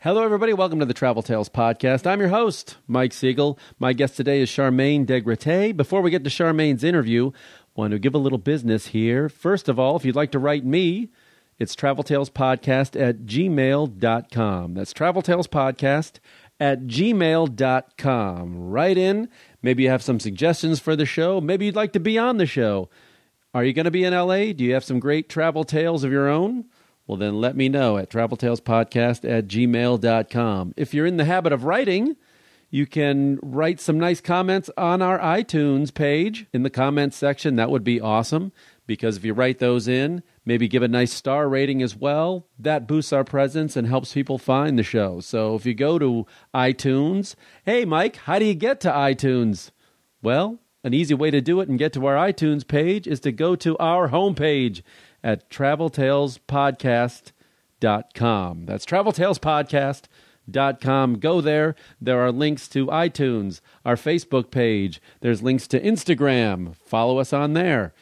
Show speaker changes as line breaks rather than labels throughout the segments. Hello, everybody. Welcome to the Travel Tales Podcast. I'm your host, Mike Siegel. My guest today is Charmaine Degrete. Before we get to Charmaine's interview, want to give a little business here. First of all, if you'd like to write me, it's traveltalespodcast at gmail.com. That's traveltalespodcast at gmail.com. Write in. Maybe you have some suggestions for the show. Maybe you'd like to be on the show. Are you going to be in LA? Do you have some great travel tales of your own? Well, then let me know at traveltalespodcast at gmail.com. If you're in the habit of writing, you can write some nice comments on our iTunes page in the comments section. That would be awesome because if you write those in, maybe give a nice star rating as well, that boosts our presence and helps people find the show. So if you go to iTunes, hey, Mike, how do you get to iTunes? Well, an easy way to do it and get to our iTunes page is to go to our homepage at traveltalespodcast.com. That's traveltalespodcast.com. Go there. There are links to iTunes, our Facebook page. There's links to Instagram. Follow us on there.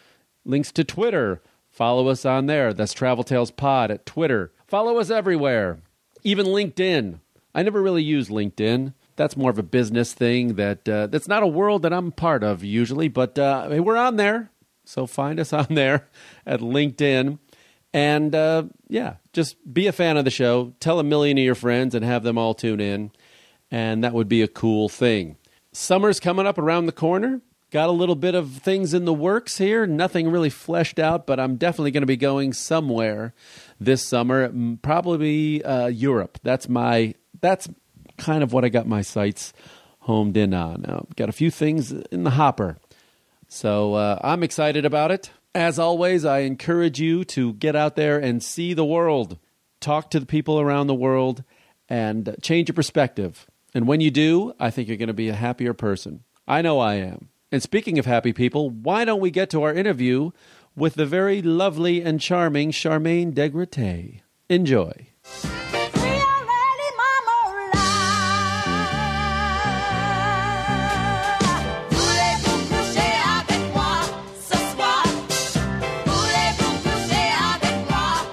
Links to Twitter. Follow us on there. That's Travel Tales Pod at Twitter. Follow us everywhere, even LinkedIn. I never really use LinkedIn. That's more of a business thing that uh, that's not a world that I'm part of usually, but uh, hey, we're on there. So find us on there at LinkedIn. And uh, yeah, just be a fan of the show. Tell a million of your friends and have them all tune in. And that would be a cool thing. Summer's coming up around the corner. Got a little bit of things in the works here. Nothing really fleshed out, but I'm definitely going to be going somewhere this summer. Mm, Probably uh, Europe. That's my. That's kind of what I got my sights homed in on. Uh, got a few things in the hopper. So uh, I'm excited about it. As always, I encourage you to get out there and see the world, talk to the people around the world, and change your perspective. And when you do, I think you're going to be a happier person. I know I am. And speaking of happy people, why don't we get to our interview with the very lovely and charming Charmaine Degrete? Enjoy.
We already mama Voulez-vous coucher avec moi ce soir Voulez-vous coucher avec moi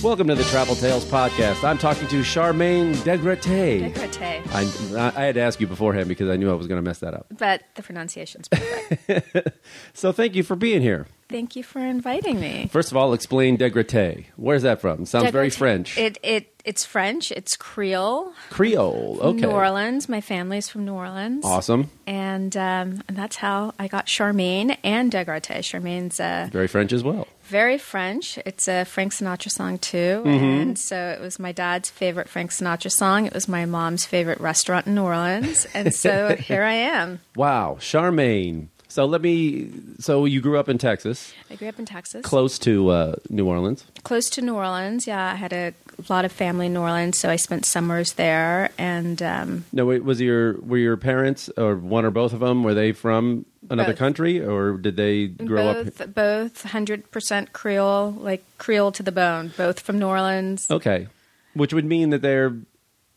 Welcome to the Travel Tales Podcast. I'm talking to Charmaine Degrete.
Decollete.
I, I had to ask you beforehand because I knew I was going to mess that up.
But the pronunciation's perfect.
So thank you for being here.
Thank you for inviting me.
First of all, explain degrete. Where's that from? Sounds very
Decollete.
French.
It it it's French. It's Creole.
Creole. Okay.
New Orleans. My family's from New Orleans.
Awesome.
And um, and that's how I got Charmaine and Degrate. Charmaine's uh,
Very French as well.
very French. It's a Frank Sinatra song too,
Mm-hmm.
and so it was my dad's favorite Frank Sinatra song. It was my mom's favorite restaurant in New Orleans, and so here I am.
Wow. Charmaine. So let me. So you grew up in Texas,
I grew up in Texas.
close to uh, New Orleans.
close to New Orleans. Yeah, I had a lot of family in New Orleans, so I spent summers there. And um,
No, wait, was your were your parents or one or both of them were they from another
Both.
country or did they grow up?
both both hundred percent Creole, like Creole to the bone. Both from New Orleans.
Okay, which would mean that their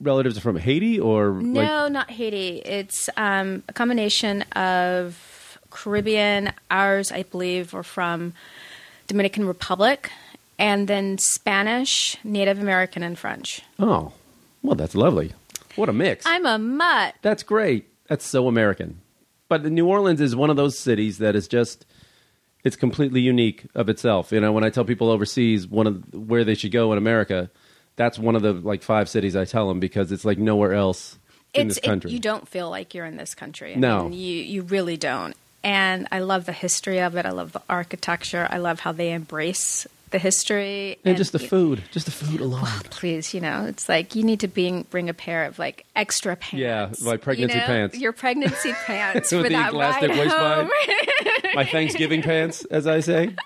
relatives are from Haiti or
no,
like
not Haiti. It's um, a combination of Caribbean. Ours, I believe, were from Dominican Republic, and then Spanish, Native American, and French.
oh, well that's lovely. What a mix.
I'm a mutt.
That's great. That's so American. But New Orleans is one of those cities that is just it's completely unique of itself. You know, when I tell people overseas one of where they should go in America, that's one of the like five cities I tell them because it's like nowhere else in this
it-
country.
you don't feel like you're in this country. I
No.
mean, you you really don't. And I love the history of it. I love the architecture. I love how they embrace the history
and, just the
you-
food, just the food alone.
Please, you know, it's like you need to bring bring a pair of like extra
Yeah,
pants.
like pregnancy
you know?
pants.
Your pregnancy pants
With
for
the
that
elastic
ride
waistband.
home.
My Thanksgiving pants, as I say.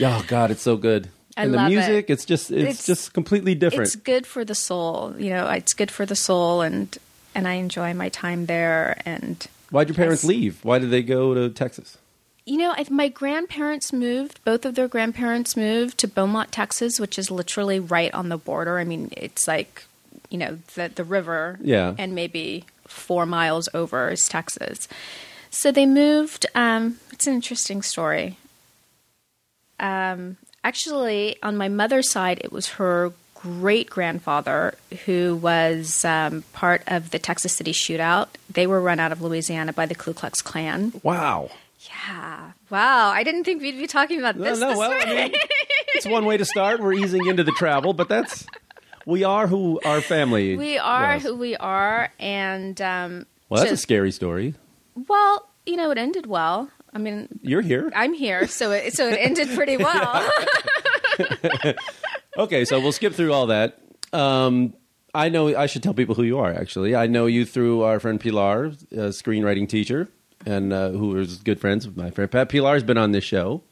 Oh God, it's so good.
I
and the
love it.
music, it's just it's,
It's-
just completely different.
it's good for the soul. You know, it's good for the soul, and and I enjoy my time there. And
Why'd your parents
Yes.
leave? Why did they go to Texas?
You know, I, my grandparents moved, both of their grandparents moved to Beaumont, Texas, which is literally right on the border. I mean, it's like, you know, the, the river.
Yeah.
And maybe four miles over is Texas. So they moved. Um, it's an interesting story. um, actually, on my mother's side, it was her great grandfather who was um, part of the Texas City shootout. They were run out of Louisiana by the Ku Klux Klan.
Wow.
Yeah. Wow. I didn't think we'd be talking about this.
no, no.
this
Well, I
way.
mean, it's one way to start. We're easing into the travel, but that's we are who our family.
we are
was.
who we are, and um,
Well, that's a
just-
scary story.
well, you know, it ended well. I mean,
You're here.
I'm here, so it, so it ended pretty well.
Okay, so we'll skip through all that. Um, I know I should tell people who you are. Actually, I know you through our friend Pilar, a screenwriting teacher, and uh, who is good friends with my friend Pat. Pilar's been on this show.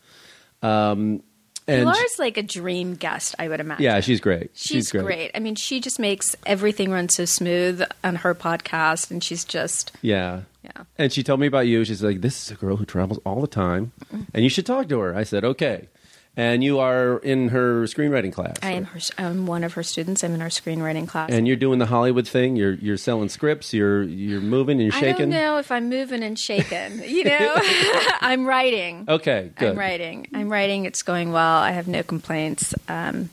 Um, and
Laura's like a dream guest, I would imagine.
yeah, she's great.
She's, great. I mean, she just makes everything run so smooth on her podcast, and she's just
Yeah.
Yeah.
And she told me about you. She's like, this is a girl who travels all the time,
Mm-hmm.
and you should talk to her. I said, okay. And you are in her screenwriting class.
I am her. I'm one of her students. I'm in her screenwriting class.
And you're doing the Hollywood thing. You're you're selling scripts. You're you're moving and you're
I don't
shaking.
know if I'm moving and shaken. You know, I'm writing.
Okay, good.
I'm writing. I'm writing. It's going well. I have no complaints. Um,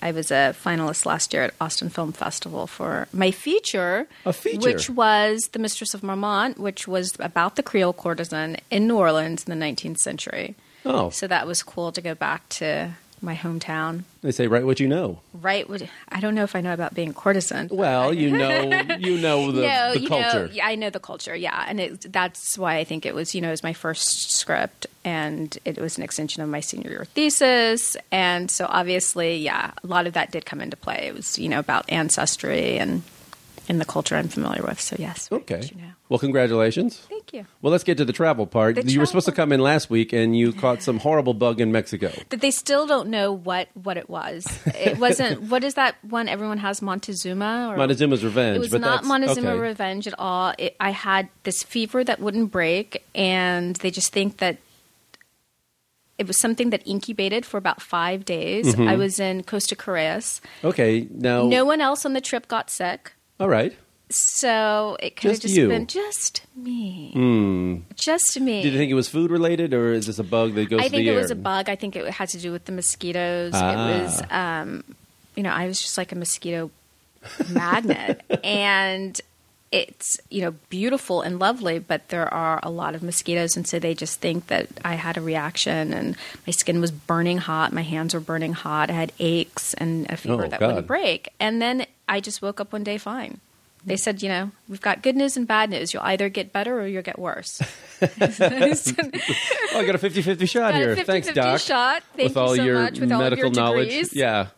I was a finalist last year at Austin Film Festival for my feature,
A feature?
which was The Mistress of Marmont, which was about the Creole courtesan in New Orleans in the 19th century.
Oh,
So that was cool to go back to my hometown.
they say write what you know.
Right? Would, I don't know if I know about being courtesan.
Well, you know, you know Oh, the,
no,
the
you
culture.
know, yeah, I know the culture, yeah, and it, that's why I think it was, you know, it was my first script, and it was an extension of my senior year thesis, and so obviously, yeah, a lot of that did come into play. It was, you know, about ancestry and and the culture I'm familiar with. So yes, right,
Okay.
you know.
Well, congratulations.
thank you.
Well, let's get to the travel part.
The
you were supposed to
travel-
come in last week, and you caught some horrible bug in Mexico.
That they still don't know what what it was. It wasn't. what is that one everyone has Montezuma or
Montezuma's revenge.
It was
but
not
that's-
Montezuma
okay.
revenge at all. It, I had this fever that wouldn't break, and they just think that it was something that incubated for about five days.
Mm-hmm.
I was in Costa Correas.
Okay. Now,
No one else on the trip got sick,
all right.
so it could
Just
have just
you. Hmm.
been just me, just me.
Did you think it was food related, or is this a bug that goes
I
to
think
the
it
air? Ah.
was a bug. I think it had to do with the mosquitoes. It was, um, you know, I was just like a mosquito magnet, and it's you know beautiful and lovely, but there are a lot of mosquitoes, and so they just think that I had a reaction, and my skin was burning hot, my hands were burning hot, I had aches and a fever
Oh,
that
God.
wouldn't break, and then I just woke up one day fine. They said, you know, we've got good news and bad news. You'll either get better or you'll get worse.
Oh, I got a 50-50 shot
Got a
here.
50/50
Thanks, Doc.
shot. Thank
with
you
all
so
your
much, with all of
medical
your
knowledge.
degrees.
Yeah.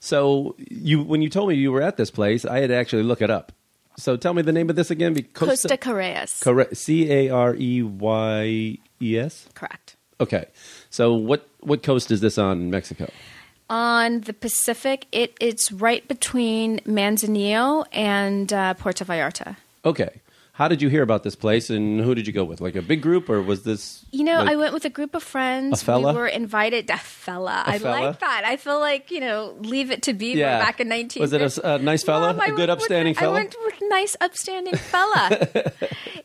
So you, when you told me you were at this place, I had to actually look it up. So tell me the name of this again. Be-
Costa Correas.
Correct. C A R E Y E S.
Correct.
Okay. So what what coast is this on in Mexico?
on the Pacific. It, it's right between Manzanillo and uh, Puerto Vallarta.
Okay. How did you hear about this place, and who did you go with? Like a big group, or was this?
You know,
like-
I went with a group of friends.
A fella?
We were invited. A fella.
A
I
fella?
like that. I feel like you know, leave it to Beaver
Yeah.
back in nineteen.
Was it a, a nice fella,
Mom, I
a good
went with-
upstanding fella?
I went with nice upstanding fella.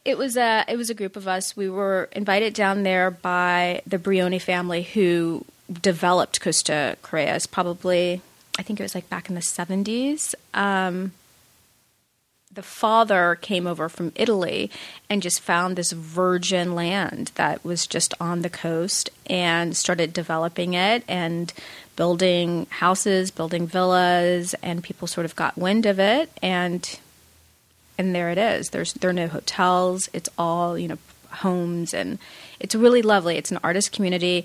it was a it was a group of us. We were invited down there by the Brioni family who developed Costa Correas. Probably, I think it was like back in the seventies. Um, the father came over from Italy and just found this virgin land that was just on the coast and started developing it and building houses, building villas, and people sort of got wind of it and and there it is. There's there are no hotels. It's all you know homes, and it's really lovely. It's an artist community.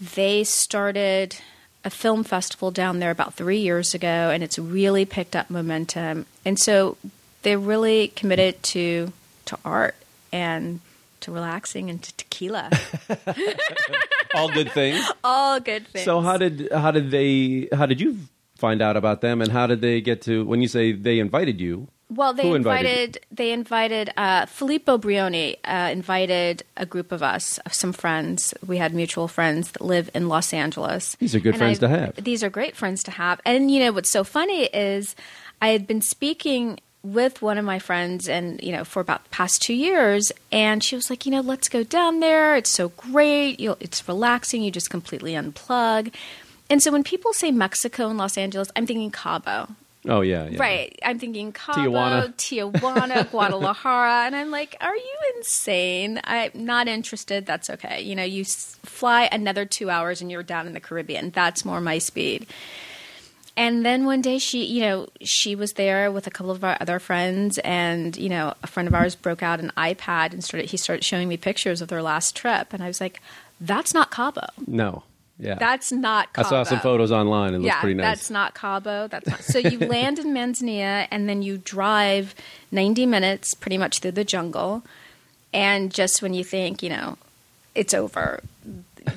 They started a film festival down there about three years ago, and it's really picked up momentum. And so they're really committed to to art and to relaxing and to tequila.
All good things.
all good things.
So how did how did they how did you find out about them, and how did they get to when you say they invited you?
Well, they
Who
invited,
invited you?
they invited uh, Filippo Brioni uh, invited a group of us, some friends. We had mutual friends that live in Los Angeles.
These are good
And
friends to
I-
have.
These are great friends to have. And you know what's so funny is I had been speaking with one of my friends and you know for about the past two years and she was like you know let's go down there it's so great You'll, it's relaxing you just completely unplug and so when people say mexico and los angeles i'm thinking cabo
Oh yeah, yeah.
right i'm thinking cabo
Tijuana.
tijuana guadalajara and i'm like are you insane i'm not interested that's okay you know you s- fly another two hours and you're down in the caribbean that's more my speed and then one day she, you know, she was there with a couple of our other friends, and you know, a friend of ours broke out an iPad and started. He started showing me pictures of their last trip, and I was like, "That's not Cabo.
No. Yeah.
That's not."
I
Cabo.
saw some photos online. It looks
Yeah,
pretty nice.
that's not Cabo. That's not. so you land in Manzanilla, and then you drive ninety minutes, pretty much through the jungle, and just when you think, you know, it's over.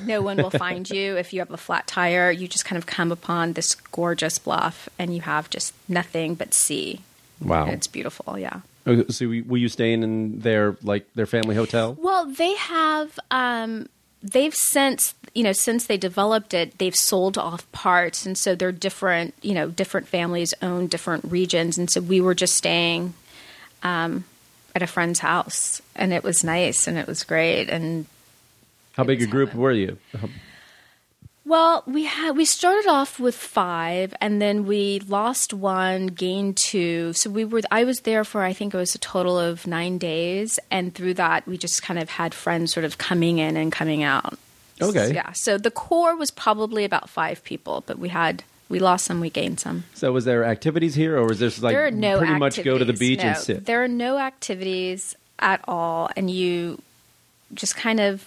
No one will find you if you have a flat tire. You just kind of come upon this gorgeous bluff and you have just nothing but sea.
wow.
And it's beautiful, yeah.
Okay, so we- were you staying in their like their family hotel?
Well, they have um they've since you know since they developed it they've sold off parts and so they're different you know different families own different regions and so we were just staying um, at a friend's house and it was nice and it was great and
How big a
was
group
heaven.
were you?
Well, we had we started off with five, and then we lost one, gained two. So we were. I was there for I think it was a total of nine days, and through that we just kind of had friends sort of coming in and coming out.
Okay.
yeah. So the core was probably about five people, but we had we lost some, we gained some.
So was there activities here, or was this like
there are no
pretty much go to the
activities,
beach and
no.
sit?
There are no activities at all, and you just kind of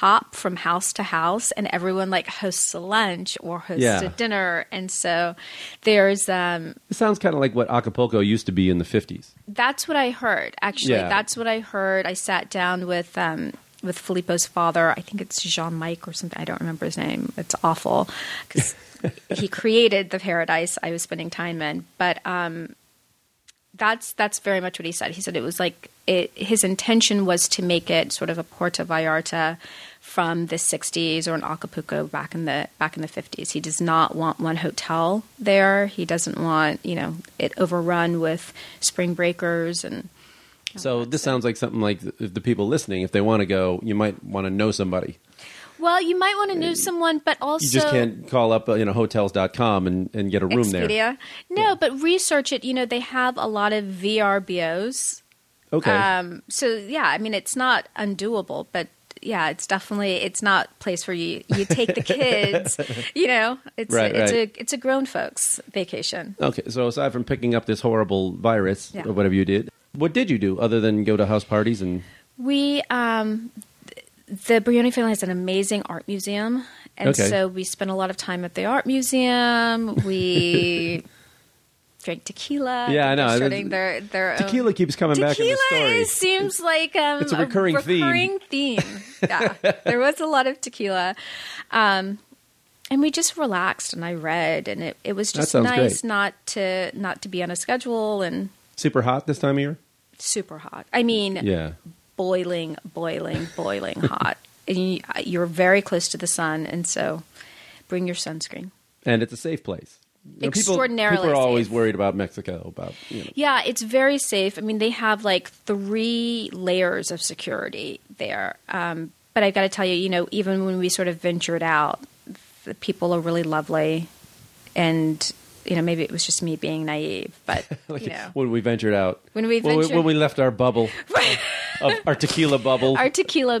hop from house to house, and everyone like hosts a lunch or hosts
Yeah.
a dinner, and so there's um,
It sounds kind of like what Acapulco used to be in the fifties.
that's what I heard. Actually,
Yeah.
that's what I heard. I sat down with um, with Filippo's father. I think it's Jean Mike or something. I don't remember his name. It's awful because he created the paradise I was spending time in. But um, that's that's very much what he said. He said it was like it, his intention was to make it sort of a Puerto Vallarta from the 60s or an Acapulco back in the back in the 50s. He does not want one hotel there. He doesn't want you know it overrun with spring breakers and
So this sounds like something like th- if the people listening, if they want to go, you might want to know somebody.
well, you might want to know someone, but also
You just can't call up uh, you know hotels.com and and get a room there.
Expedia. No, but research it. You know they have a lot of VRBOs.
Okay.
Um, so yeah, I mean, it's not undoable, but yeah, it's definitely it's not a place where you you take the kids. you know, it's
Right,
it's
right.
a it's a grown folks vacation.
okay. So aside from picking up this horrible virus
Yeah.
or whatever you did, what did you do other than go to house parties and
We um, th- the Brioni family has an amazing art museum, and
Okay.
so we spent a lot of time at the art museum. We. Drank tequila.
Yeah, I know.
They're starting their, their own-
tequila keeps coming back in the
Tequila
story?
is, seems like um,
It's a recurring theme.
recurring theme. Yeah, there was a lot of tequila, um, and we just relaxed and I read, and it, it was just
sounds
nice
great.
not to not to be on a schedule and
Super hot this time of year.
super hot. I mean,
Yeah.
boiling, boiling, boiling hot. And you, you're very close to the sun, and so bring your sunscreen.
and it's a safe place. You know, people-
Extraordinarily
people, are always
safe.
worried about Mexico. About you know,
Yeah, it's very safe. I mean, they have like three layers of security there. Um, but I've got to tell you, you know, even when we sort of ventured out, the people are really lovely. And, you know, maybe it was just me being naive, but, you know,
when we ventured out,
When we
when we,
ventured-
when we left our bubble, of our tequila bubble.
our tequila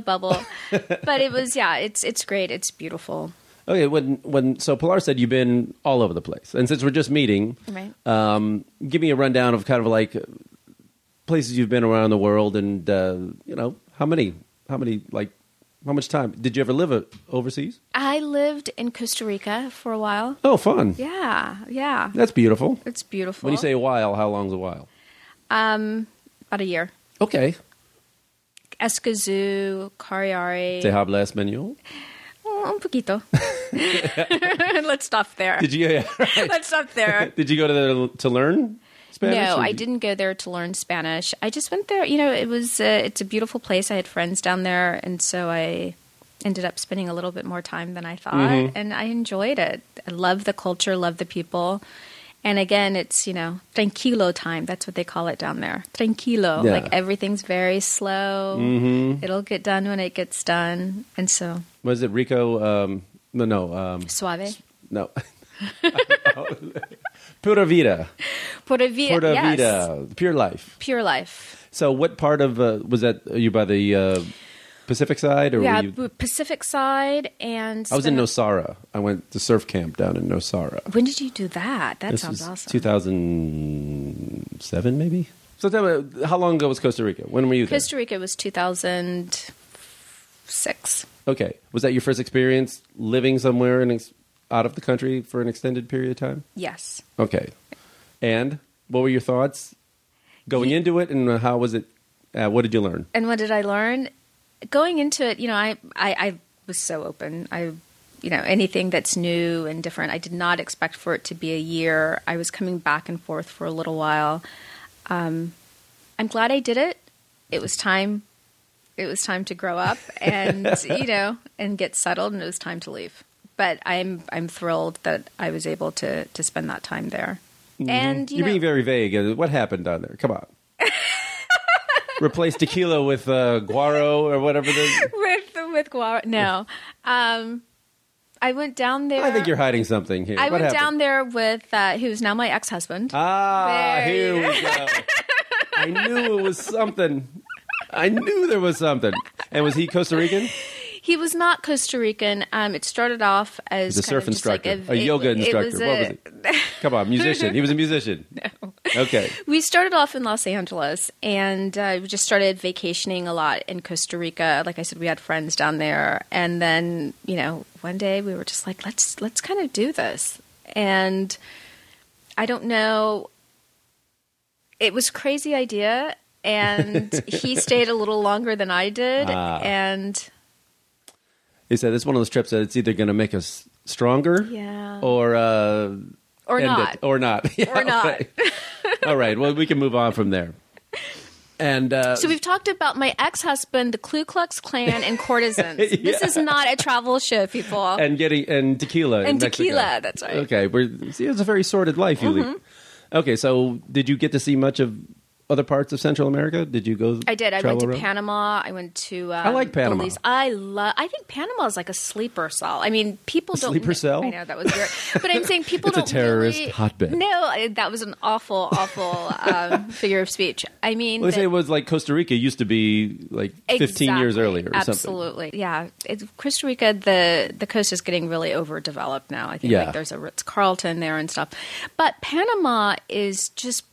bubble. but it was, yeah, it's, it's great. It's beautiful.
okay, when when so Pilar said you've been all over the place, and since we're just meeting,
Right.
um, give me a rundown of kind of like places you've been around the world, and uh, you know how many, how many like how much time did you ever live o- overseas?
I lived in Costa Rica for a while.
Oh, fun.
Yeah, yeah.
That's beautiful.
It's beautiful.
When you say a while, how long's a while?
about a year.
Okay.
Escazú, Cariari.
Te habla español?
Mm, Un poquito. Let's stop there.
Did you?
Let's stop there.
Did you go to the, to learn Spanish?
No,
or
I
did-
didn't go there to learn Spanish. I just went there. You know, it was uh, it's a beautiful place. I had friends down there, and so I ended up spending a little
Mm-hmm.
bit more time than I thought, and I enjoyed it. I love the culture, love the people, And again, it's, you know, tranquilo time. That's what they call it down there. Tranquilo.
Yeah. Mm-hmm.
Like everything's very slow. It'll get done when it gets done. And so,
Was it Rico? Um, no, no, um,
suave.
no. Pura vida,
Pura vida.
pura
yes.
vida, pure life.
Pure life.
So, what part of uh, was that? Are you by the uh, Pacific side, or
yeah,
were you?
B- Pacific side and
I was in
Spanish-
Nosara. I went to surf camp down in Nosara.
When did you do that? That
this
sounds
was
awesome.
2007, maybe. So tell me, how long ago was Costa Rica? When were you there?
Costa Rica was 2006.
Okay, was that your first experience living somewhere and ex- out of the country for an extended period of time?
Yes.
Okay, and what were your thoughts going into it, and how was it? Uh, what did you learn?
And what did I learn? Going into it, you know, I, I, I was so open. I, you know, anything that's new and different, I did not expect for it to be a year. I was coming back and forth for a little while. Um, I'm glad I did it. It was time. It was time to grow up and you know and get settled, and it was time to leave. But I'm I'm thrilled that I was able to to spend that time there. And you
You're
know,
being very vague. Uh, What happened down there? Come on. Replace tequila with uh, guaro or whatever. The-
with with guava. No, um, I went down there.
I think you're hiding something here.
I
What
went
happened?
down there with uh, who's now my ex husband.
Ah,
There
here
you
we go. I knew it was something. I knew there was something. And was he Costa Rican?
he was not Costa Rican. Um, it started off as
He's a
kind of
surf
just like
instructor, a,
it-
yoga
it
instructor.
was
what
a-
was it? Come on, musician. He was a musician. Okay.
We started off in Los Angeles, and uh, we just started vacationing a lot in Costa Rica. Like I said, we had friends down there, and then you know, one day we were just like, let's let's kind of do this. And I don't know, it was a crazy idea, and he stayed a little longer than I did,
Ah.
and
He said it's one of those trips that it's either going to make us stronger
Yeah.
or uh,
or
end
not.
it or not. Yeah,
Or not.
okay. All right. Well, we can move on from there. And uh,
So we've talked about my ex-husband, the Ku Klux Klan, and courtesans. This is not a travel show, people.
and getting and tequila in
And
Mexico.
tequila, that's right. Mm-hmm.
Okay, we're see it's a very sordid life you lead. Okay, so did you get to see much of other parts of Central America? Did you go?
I did. I
travel
went to
around?
Panama. I went to. Um,
I like Panama.
Belize. I love. I think Panama is like a sleeper cell. I mean, people don't
sleeper cell?
I know that was weird, but I'm saying people
It's a
don't.
terrorist
really-
hotbed.
No, I- that was an awful, awful um, figure of speech. I mean,
Well, they say
that-
it was like Costa Rica used to be like 15 years
Exactly.
earlier or something.
Absolutely, yeah. It's, Costa Rica, the the coast is getting really overdeveloped now. I think
Yeah.
like there's a Ritz Carlton there and stuff, but Panama is just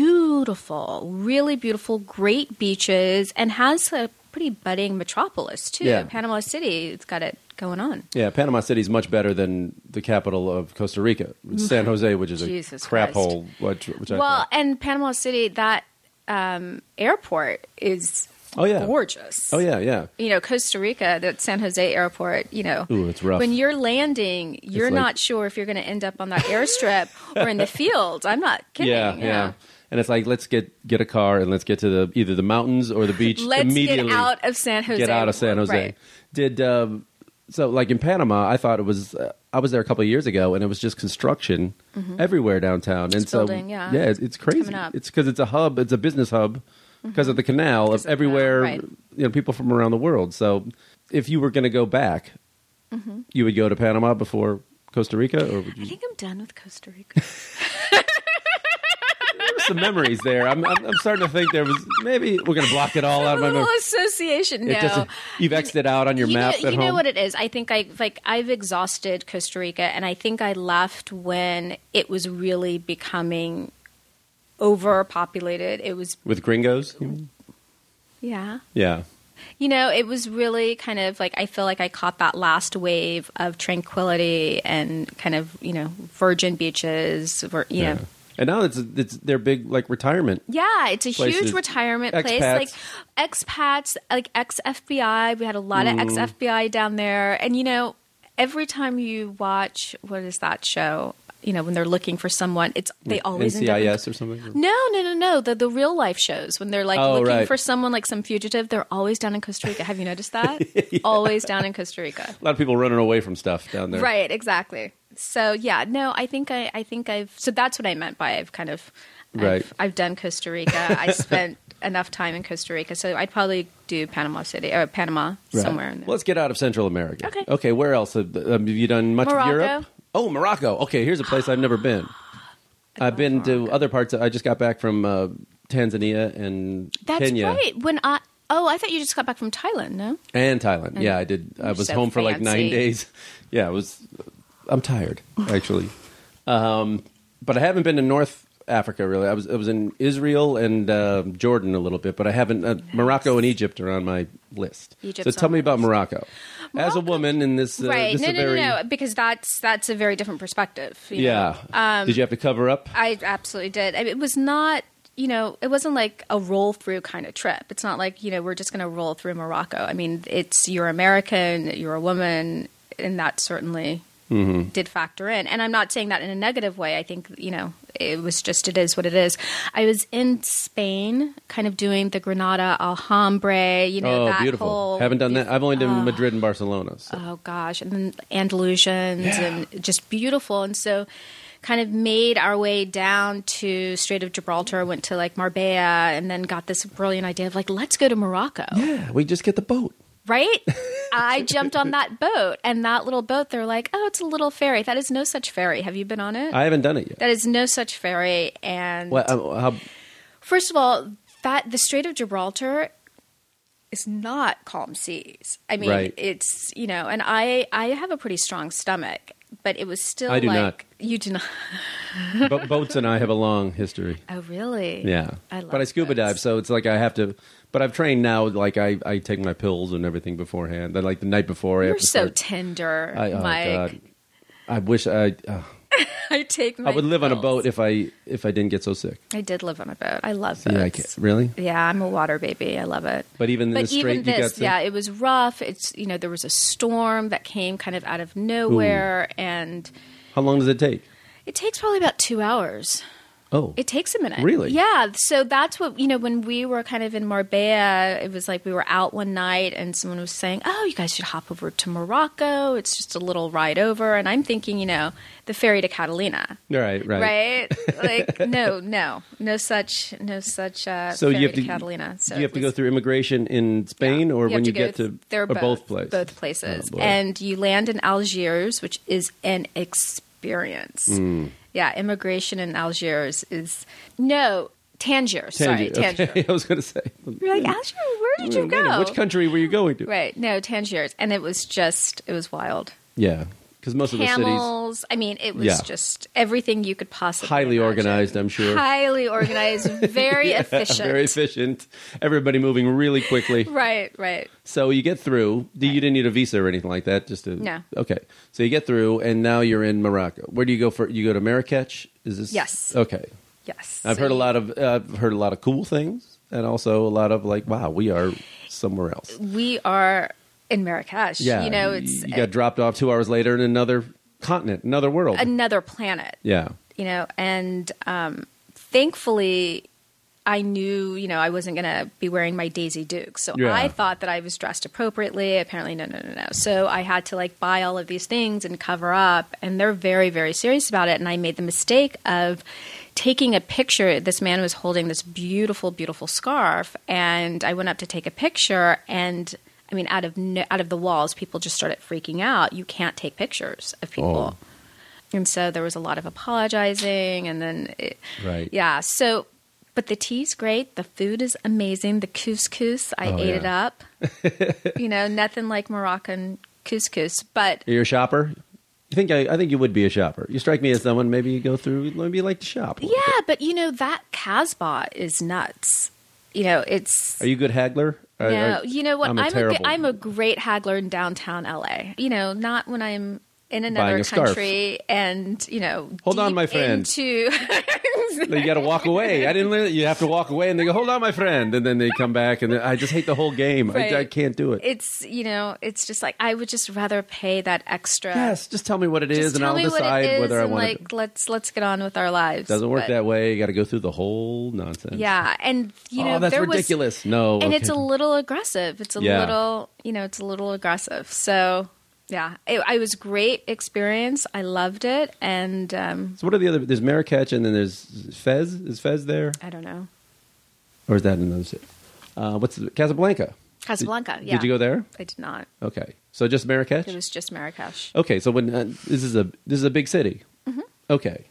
beautiful, really beautiful, great beaches, and has a pretty budding metropolis too.
Yeah.
Panama City, it's got it going on.
Yeah, Panama City's much better than the capital of Costa Rica, San Jose, which is
Jesus
a crap
Christ.
hole. Which, which I
well,
thought-
and Panama City, that um, airport is
Oh, yeah.
gorgeous.
oh yeah, yeah.
you know Costa Rica, that San Jose airport, you know,
Ooh, it's rough.
when you're landing, you're
like-
not sure if you're going to end up on that airstrip or in the fields. I'm not kidding.
yeah,
you
yeah,
know.
And it's like let's get get a car and let's get to the either the mountains or the beach
Let's
immediately.
get out of San Jose.
get out of San Jose.
Right.
Did um, so like in Panama? I thought it was. Uh, I was there a couple of years ago, and it was just construction everywhere downtown. and so
Mm-hmm. building, yeah.
it's, it's crazy.
coming up. Mm-hmm.
It's because it's a hub. It's a business hub because of the canal. Of
of the
everywhere,
canal, right.
you know, people from around the world. So if you were going to go back,
Mm-hmm.
you would go to Panama before Costa Rica, or would
I
you?
think I'm done with Costa Rica.
There's some memories there. I'm, I'm, I'm starting to think there was maybe we're going to block it all out
a
of my
little
memory.
association.
It
No.
doesn't- you've X'd it out on your
you
map
Know,
at
you
home.
know what it is. I think I like I've exhausted Costa Rica, and I think I left when it was really becoming overpopulated. It was
With gringos, you mean?
yeah.
yeah.
You know, it was really kind of like I feel like I caught that last wave of tranquility and kind of you know virgin beaches. Vir- you know,
And now it's it's their big like retirement.
yeah, it's a
Places.
huge retirement place.
Expats.
Like expats, like ex FBI. We had a lot of ex FBI down there, and you know, every time you watch what is that show? You know, when they're looking for someone, it's they always end up in
NCIS or something.
No, no, no, no. The the real life shows when they're like
Oh,
looking
right.
for someone like some fugitive, they're always down in Costa Rica. Have you noticed that? Always down in Costa Rica.
A lot of people running away from stuff down there.
Right, exactly. So yeah, no, I think I, I think I've so that's what I meant by I've kind of
Right.
I've, I've done Costa Rica. I spent enough time in Costa Rica, so I'd probably do Panama City or Panama somewhere in there.
Let's get out of Central America.
Okay.
Okay, where else have, have you done much
Morocco.
of Europe? Oh, Morocco. Okay, here's a place I've never been. I've been to other parts. Of, I just got back from uh, Tanzania and
that's
Kenya
right. When I oh, I thought you just got back from Thailand. No,
and Thailand. yeah, I did. I
You're
was
so
home for like nine
fancy.
days. Yeah, it was. I'm tired actually, um, but I haven't been to North Africa really. I was I was in Israel and uh, Jordan a little bit, but I haven't. Uh, Morocco and Egypt are on my list. so
Egypt's
tell
on
me
my
about
list.
Morocco. As a
Morocco-
woman in this, uh,
right?
this
No,
a
no,
very
no, no, because that's that's a very different perspective. you know? um,
Yeah. Did you have to cover up?
I absolutely did. I mean, it was not, you know, it wasn't like a roll through kind of trip. It's not like, you know, we're just going to roll through Morocco. I mean, it's you're American, you're a woman, and that certainly
Mm-hmm.
did factor in. And I'm not saying that in a negative way. I think, you know, it was just, it is what it is. I was in Spain, kind of doing the Granada Alhambra, you know,
oh,
that
beautiful.
whole.
Haven't done that. I've only done Madrid and Barcelona. So.
Oh gosh, and then Andalusians and just beautiful. And so, kind of made our way down to Strait of Gibraltar, went to like Marbella, and then got this brilliant idea of like, let's go to Morocco,
yeah, we just get the boat.
right? I jumped on that boat, and that little boat, they're like, oh, it's a little ferry. That is no such ferry. Have you been on it?
I haven't done it yet.
that is no such ferry. And
Well, uh, how,
First of all, that the Strait of Gibraltar is not calm seas. I mean,
Right.
it's you know, and I I have a pretty strong stomach, but it was still
I do
like
not.
you do not.
bo- boats and I have a long history.
Oh, really?
Yeah,
I love
but I scuba
boats.
dive, so it's like I have to. But I've trained now. Like I, I take my pills and everything beforehand. Then like the night before, I
You're
have to
so
start-
tender,
I- oh,
Mike.
God. I wish I. Uh,
I take. My
I would live on a
pills.
boat if I if I didn't get so sick.
I did live on a boat. I love boats.
Yeah, I can't, really.
Yeah, I'm a water baby. I love it.
But even in
but
the straight,
even
you got
this,
sick.
yeah, it was rough. It's you know there was a storm that came kind of out of nowhere, and
How long does it take?
it takes probably about two hours.
Oh,
It takes a minute.
Really?
Yeah. So that's what, you know, when we were kind of in Marbella, it was like we were out one night and someone was saying, oh, you guys should hop over to Morocco. It's just a little ride over. And I'm thinking, you know, the ferry to Catalina,
all right, right.
right? like, no, no, no such, no such uh,
So
ferry
you have to,
Catalina. So
you have
it
to
was-
go through immigration in Spain, or
you
when
have
you
go
get to
th- they're
or both, places.
both places,
Oh, boy.
and you land in Algiers, which is an experience.
Hmm.
Yeah, immigration in Algiers is no Tangier. Sorry,
Tangier,
Tangier.
Okay, I was going to say.
You're like Algiers. Where did you
Wait a minute,
go?
Which country were you going to?
Right. No Tangiers, and it was just it was wild.
Yeah, because most of the cities
Camels. I mean, it was
Yeah.
just everything you could possibly
highly
imagine.
organized. I'm sure.
Highly organized, very efficient.
Very efficient. Everybody moving really quickly.
Right, right.
So you get through. Do- You didn't need a visa or anything like that. Just to
No.
Okay. So you get through, and now you're in Morocco. Where do you go for? You go to Marrakech. Is this
Yes.
Okay.
Yes.
I've
So
heard a
you-
lot of uh, I've heard a lot of cool things, and also a lot of like, wow, we are somewhere else.
we are in Marrakesh.
Yeah.
you know, it's
you got dropped off two hours later in another continent, another world.
another planet.
yeah.
You know, and um, thankfully, I knew you know I wasn't going to be wearing my Daisy Duke, so
Yeah.
I thought that I was dressed appropriately. Apparently, no, no, no, no. So I had to like buy all of these things and cover up, and they're very, very serious about it. And I made the mistake of taking a picture. This man was holding this beautiful, beautiful scarf, and I went up to take a picture, and I mean, out of no, out of the walls, people just started freaking out. You can't take pictures of people. And so there was a lot of apologizing, and then it,
Right.
yeah. So, but the tea's great. The food is amazing. The couscous, I
Oh,
ate it
yeah.
up. you know, nothing like Moroccan couscous. But
You're a shopper. I think I, I think you would be a shopper. You strike me as someone maybe you go through maybe you like to shop. a little
yeah, but you know that Casbah is nuts. You know, it's
bit. Are you a good haggler? Are-
no.
are-
you know what?
I'm
I'm
a
a
terrible-
good, I'm a great haggler in downtown LA. You know, not when I'm in
Buying
another
a scarf.
country and you know.
Hold on,
deep
my friend.
Into
you got to walk away. I didn't learn that. You have to walk away, and they go, "Hold on, my friend," and then they come back, and then- I just hate the whole game.
Right.
I, I can't do it.
it's you know it's just like i would just rather pay that extra
yes, just tell me what it is,
just
and
tell
I'll
me what it
decide
is
whether I
and
want
like
it.
let's let's get on with our lives
Doesn't work
But-
that way. You got to go through the whole nonsense.
yeah and you know
oh, that's
there
ridiculous. no,
was, and it's a
okay.
little aggressive it's a
Yeah.
little you know it's a little aggressive so yeah, it, it was great experience. I loved it, and um,
So what are the other? There's Marrakech, and then there's Fez. Is Fez there,
I don't know
or is that another city? Uh, what's the, Casablanca?
Casablanca.
Did,
yeah,
Did you go there?
I did not.
Okay, so just Marrakech.
It was just Marrakesh.
Okay, so when uh, this is a this is a big city.
Mm-hmm.
Okay,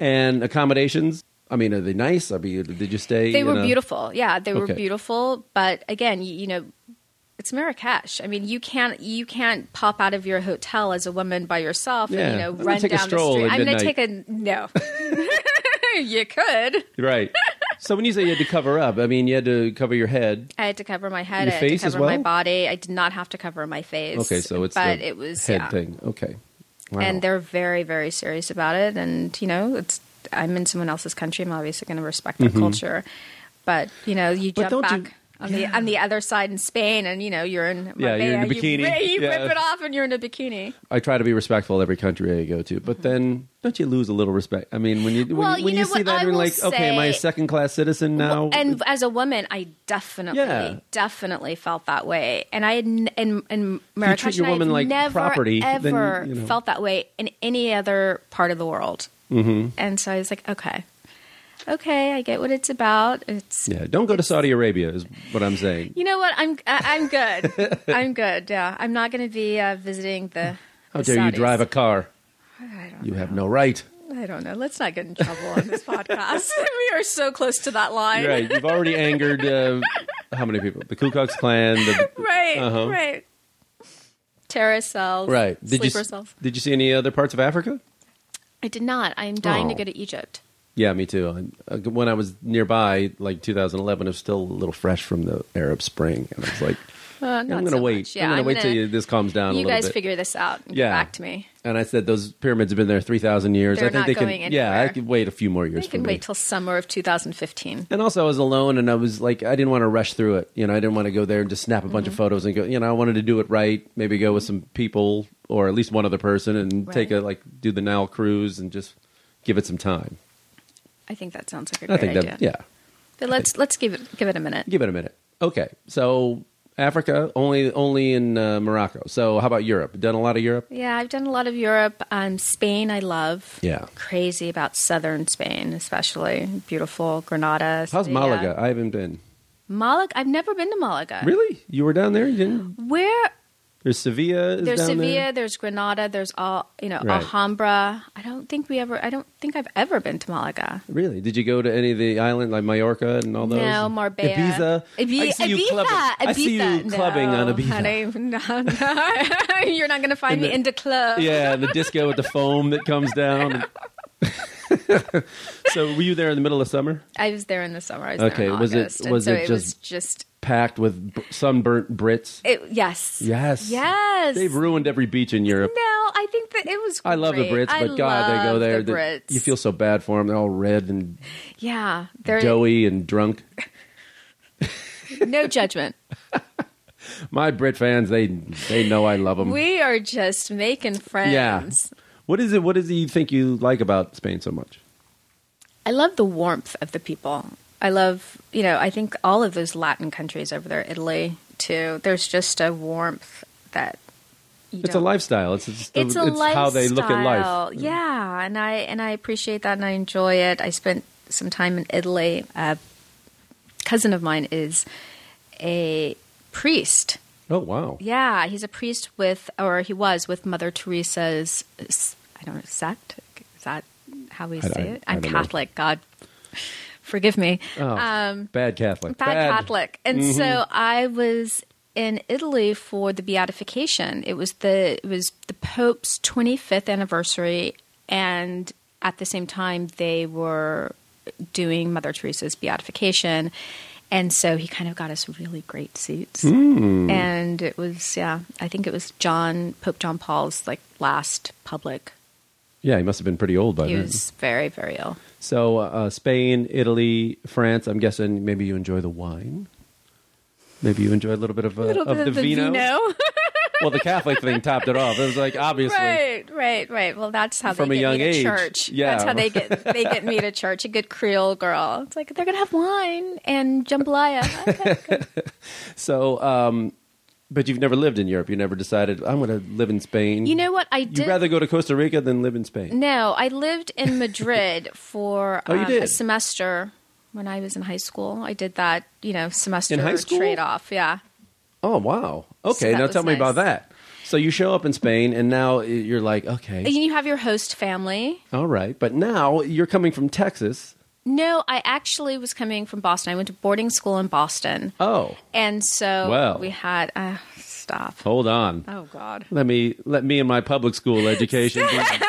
and accommodations. I mean, are they nice? I mean, did you stay?
They
in
were
a-
beautiful. Yeah, they were
Okay.
beautiful. But again, you, you know, it's Marrakesh. I mean, you can't you can't pop out of your hotel as a woman by yourself
Yeah.
and you know
I'm gonna
run
take a
down
stroll
the
at
street. I'm
midnight.
take a no. you could.
right? so when you say you had to cover up, I mean, you had to cover your head.
I had to cover my head.
Your
I had to
face as
cover my
well?
body. I did not have to cover my face.
Okay, so it's
but
the
it was
head
yeah.
thing. Okay, wow.
And they're very very serious about it. And you know, it's I'm in someone else's country. I'm obviously going to respect their culture. But you know, you
Mm-hmm. But
jump back.
don't you-
on the on the other side in Spain, and you know you're in Marbella,
Yeah, you're in a
You,
bikini.
you
Yeah.
rip it off, and you're in a bikini.
I try to be respectful every country I go to, but then don't you lose a little respect? I mean, when you when,
Mm-hmm. Well,
you,
you
when you
know
see
what
that,
I
you're
will
like, okay, am I a
say-
second class citizen now?
and as a woman, I definitely,
Oh, Yeah.
definitely felt that way. And I had n- in in
treat
Marrakesh,
your
and I
woman
had
like
never
property, then you-
ever
you know.
felt that way in any other part of the world. Mm-hmm. And so I was like, okay, okay, I get what it's about. It's
yeah, don't go to Saudi Arabia, is what I'm saying.
you know what I'm I- I'm good. I'm good. Yeah, I'm not going to be uh, visiting the.
How
the
dare you
Saudis.
drive a car?
I don't
You have no right.
I don't know. Let's not get in trouble on this podcast. we are so close to that line.
You're right. You've already angered uh, how many people? The Ku Klux Klan. The,
Right,
Uh-huh.
right. Terror cells,
right. Did you
sleeper
s-
cells.
did you see any other parts of Africa?
I did not. I'm dying to
Oh.
go to Egypt.
Yeah, me too. And, uh, When I was nearby, like 2011, it was still a little fresh from the Arab Spring, and I was like,
Uh,
I'm
not
going to
so
wait.
much. Yeah,
I'm going to wait
gonna-
till you, this calms down. a
You
little
guys
bit.
figure this out and
Yeah.
get back to me.
And I said those pyramids have been there three thousand years.
They're
I think
not
they
going
can. Yeah, I
anywhere.
could wait a few more years.
You can
for me.
wait till summer of 2015.
And also, I was alone, and I was like, I didn't want to rush through it. You know, I didn't want to go there and just snap a
Mm-hmm.
bunch of photos and go. You know, I wanted to do it right. Maybe go with some people or at least one other person and
Right.
take a like do the Nile cruise and just give it some time.
I think that sounds like a
I
great
think
idea.
that yeah,
but let's let's give it give it a minute.
give it a minute. Okay, so Africa only only in uh, Morocco. So how about Europe? Done a lot of Europe.
Yeah, I've done a lot of Europe. Um, Spain, I love.
Yeah.
crazy about southern Spain, especially beautiful Granada.
How's
Sevilla.
Malaga? I haven't been.
Malaga. I've never been to Malaga.
Really? You were down there? You didn't?
Where
There's Sevilla. Is
there's
down
Sevilla,
There?
there's Granada, there's all you know
Right.
Alhambra. I don't think we ever. I don't think I've ever been to Malaga.
Really? Did you go to any of the island like Mallorca and all those?
No, Marbella,
Ibiza.
Ibi-
I see you
Ibiza,
clubbing. I see you
Ibiza.
clubbing
no,
on Ibiza.
honey, no, no. You're not going to find
In
me
the-
in the club.
Yeah, the disco with the foam that comes down. so were you there in the middle of summer?
I was there in the summer. I was
Okay,
there in
was it-
August, and
was
so
it
was
just-
just
Packed with b- sunburnt Brits.
it, yes,
Yes.
yes.
They've ruined every beach in Europe.
no, I think that it was.
I love the
great.
Brits, but
I
God, they go
love
there.
The
that-
Brits.
You feel so bad for them. They're all red and
yeah. There,
doughy and drunk.
no judgment.
My Brit fans, they they know I love them.
We are just making friends.
yeah. What is it? What does he think you like about Spain so much?
I love the warmth of the people. I love, you know, I think all of those Latin countries over there, Italy too. There's just a warmth that you
It's a
don't-
lifestyle. It's it's, the-
It's a
it's how they look at life. Mm.
lifestyle. Yeah, and I and I appreciate that and I enjoy it. I spent some time in Italy. A cousin of mine is a priest.
Oh wow!
Yeah, he's a priest with, or he was with Mother Teresa's. I don't know sect. Is that how we
I-
say
I-
it?
I
I'm
don't know.
Catholic. God, forgive me.
Oh,
um,
bad Mm-hmm. Catholic.
bad, Catholic. And so I was in Italy for the beatification. It was the it was the Pope's 25th anniversary, and at the same time they were doing Mother Teresa's beatification. And so he kind of got us really great seats,
Hmm.
and it was yeah. I think it was John Pope John Paul's like last public.
Yeah, he must have been pretty old by
He
then.
was very very ill.
So uh, Spain, Italy, France. I'm guessing maybe you enjoy the wine. Maybe you enjoy a little bit of uh,
little
of
bit
the, vino.
vino.
well, the Catholic thing topped it off. It was like obviously.
Right, right, right. Well, that's how
From a
they get
young
me to
age.
church.
Yeah.
That's how they get they get me to church. A good Creole girl. It's like they're gonna have wine and jambalaya. Okay.
So um, But you've never lived in Europe. You never decided I'm going to live in Spain.
You know what? I
You'd
did.
rather go to Costa Rica than live in Spain.
No, I lived in Madrid for
Oh, you
um, a
did?
semester when I was in high school. I did that, you know, semester
In high school?
trade off. Yeah.
Oh wow.
So
Okay,
that
now
was
tell me about
nice.
that. So you show up in Spain, and now i- you're like, okay,
And you have your host family.
all right. But now you're coming from Texas.
No, I actually was coming from Boston. I went to boarding school in Boston.
Oh,
And so
Well.
we had, uh, stop.
hold on.
Oh, God.
Let me let me and my public school education